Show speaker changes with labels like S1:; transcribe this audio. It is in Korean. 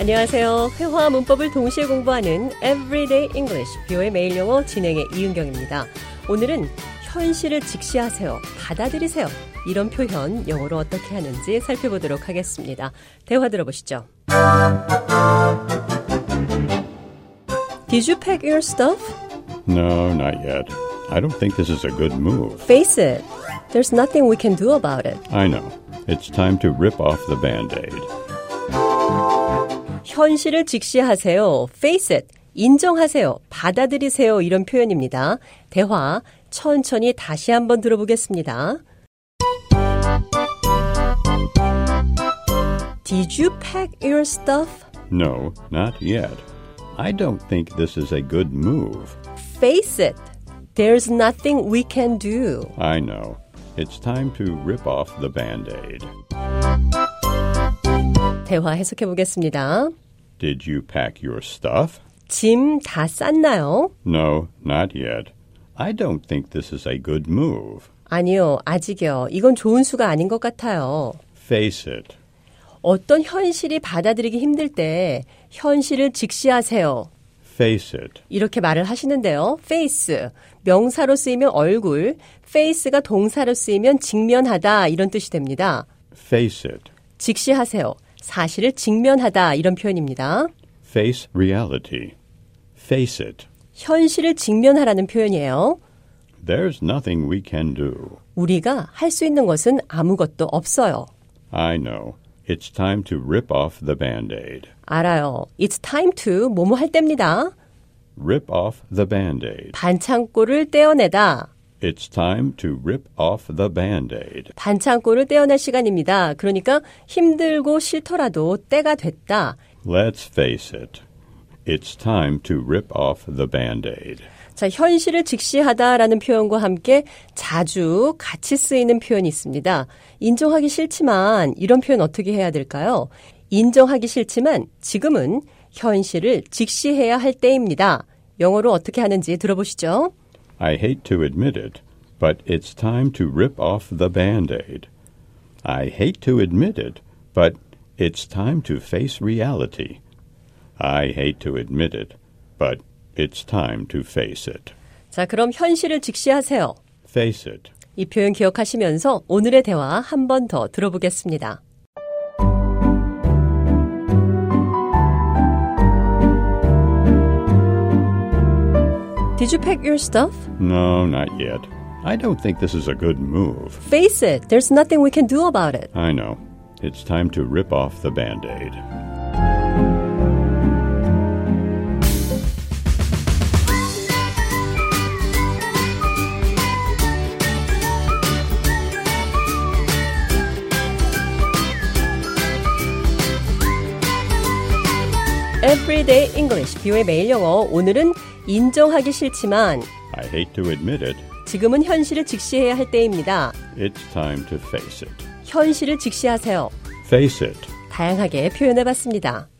S1: 안녕하세요. 회화 문법을 동시에 공부하는 Everyday English 뷰의 매일 영어 진행의 이은경입니다. 오늘은 현실을 직시하세요. 받아들이세요. 이런 표현 영어로 어떻게 하는지 살펴보도록 하겠습니다. 대화 들어보시죠. Did you pack your stuff?
S2: No, not yet. I don't think this is a good move.
S1: Face it. There's nothing we can do about it.
S2: I know. It's time to rip off the band aid.
S1: 현실을 직시하세요. Face it. 인정하세요. 받아들이세요. 이런 표현입니다. 대화 천천히 다시 한번 들어보겠습니다. Did you pack your stuff?
S2: No, not yet. I don't think this is a good move.
S1: Face it. There's nothing we can do.
S2: I know. It's time to rip off the band aid.
S1: 대화 해석해 보겠습니다.
S2: Did you pack your stuff?
S1: 짐 다 쌌나요?
S2: No, not yet. I don't think this is a good move.
S1: 아니요, 아직이요. 이건 좋은 수가 아닌 것 같아요.
S2: Face it.
S1: 어떤 현실이 받아들이기 힘들 때 현실을 직시하세요.
S2: Face it.
S1: 이렇게 말을 하시는데요. face 명사로 쓰이면 얼굴, face가 동사로 쓰이면 직면하다 이런 뜻이 됩니다.
S2: Face it.
S1: 직시하세요. 사실을 직면하다 이런 표현입니다.
S2: Face reality. Face it.
S1: 현실을 직면하라는 표현이에요.
S2: There's nothing we can do.
S1: 우리가 할 수 있는 것은 아무것도 없어요.
S2: I know. It's time to rip off the band aid.
S1: 알아요. It's time to 뭐뭐 할 때입니다.
S2: Rip off the band aid.
S1: 반창고를 떼어내다.
S2: It's time to rip off the band aid.
S1: 반창고를 떼어낼 시간입니다. 그러니까 힘들고 싫더라도 때가 됐다.
S2: Let's face it. It's time to rip off the band aid.
S1: 자, 현실을 직시하다라는 표현과 함께 자주 같이 쓰이는 표현이 있습니다. 인정하기 싫지만 이런 표현 어떻게 해야 될까요? 인정하기 싫지만 지금은 현실을 직시해야 할 때입니다. 영어로 어떻게 하는지 들어보시죠.
S2: I hate to admit it, but it's time to rip off the band aid. I hate to admit it, but it's time to face reality. I hate to admit it, but it's time to face it.
S1: 자, 그럼 현실을 직시하세요.
S2: Face it.
S1: 이 표현 기억하시면서 오늘의 대화 한 번 더 들어보겠습니다. Did you pack your stuff?
S2: No, not yet. I don't think this is a good move.
S1: Face it, there's nothing we can do about it.
S2: I know. It's time to rip off the band aid.
S1: Everyday English, 뷰의 매일 영어. 오늘은 인정하기 싫지만
S2: I hate to admit it,
S1: 지금은 현실을 직시해야 할 때입니다.
S2: it's time to face it.
S1: 현실을 직시하세요.
S2: Face it.
S1: 다양하게 표현해 봤습니다.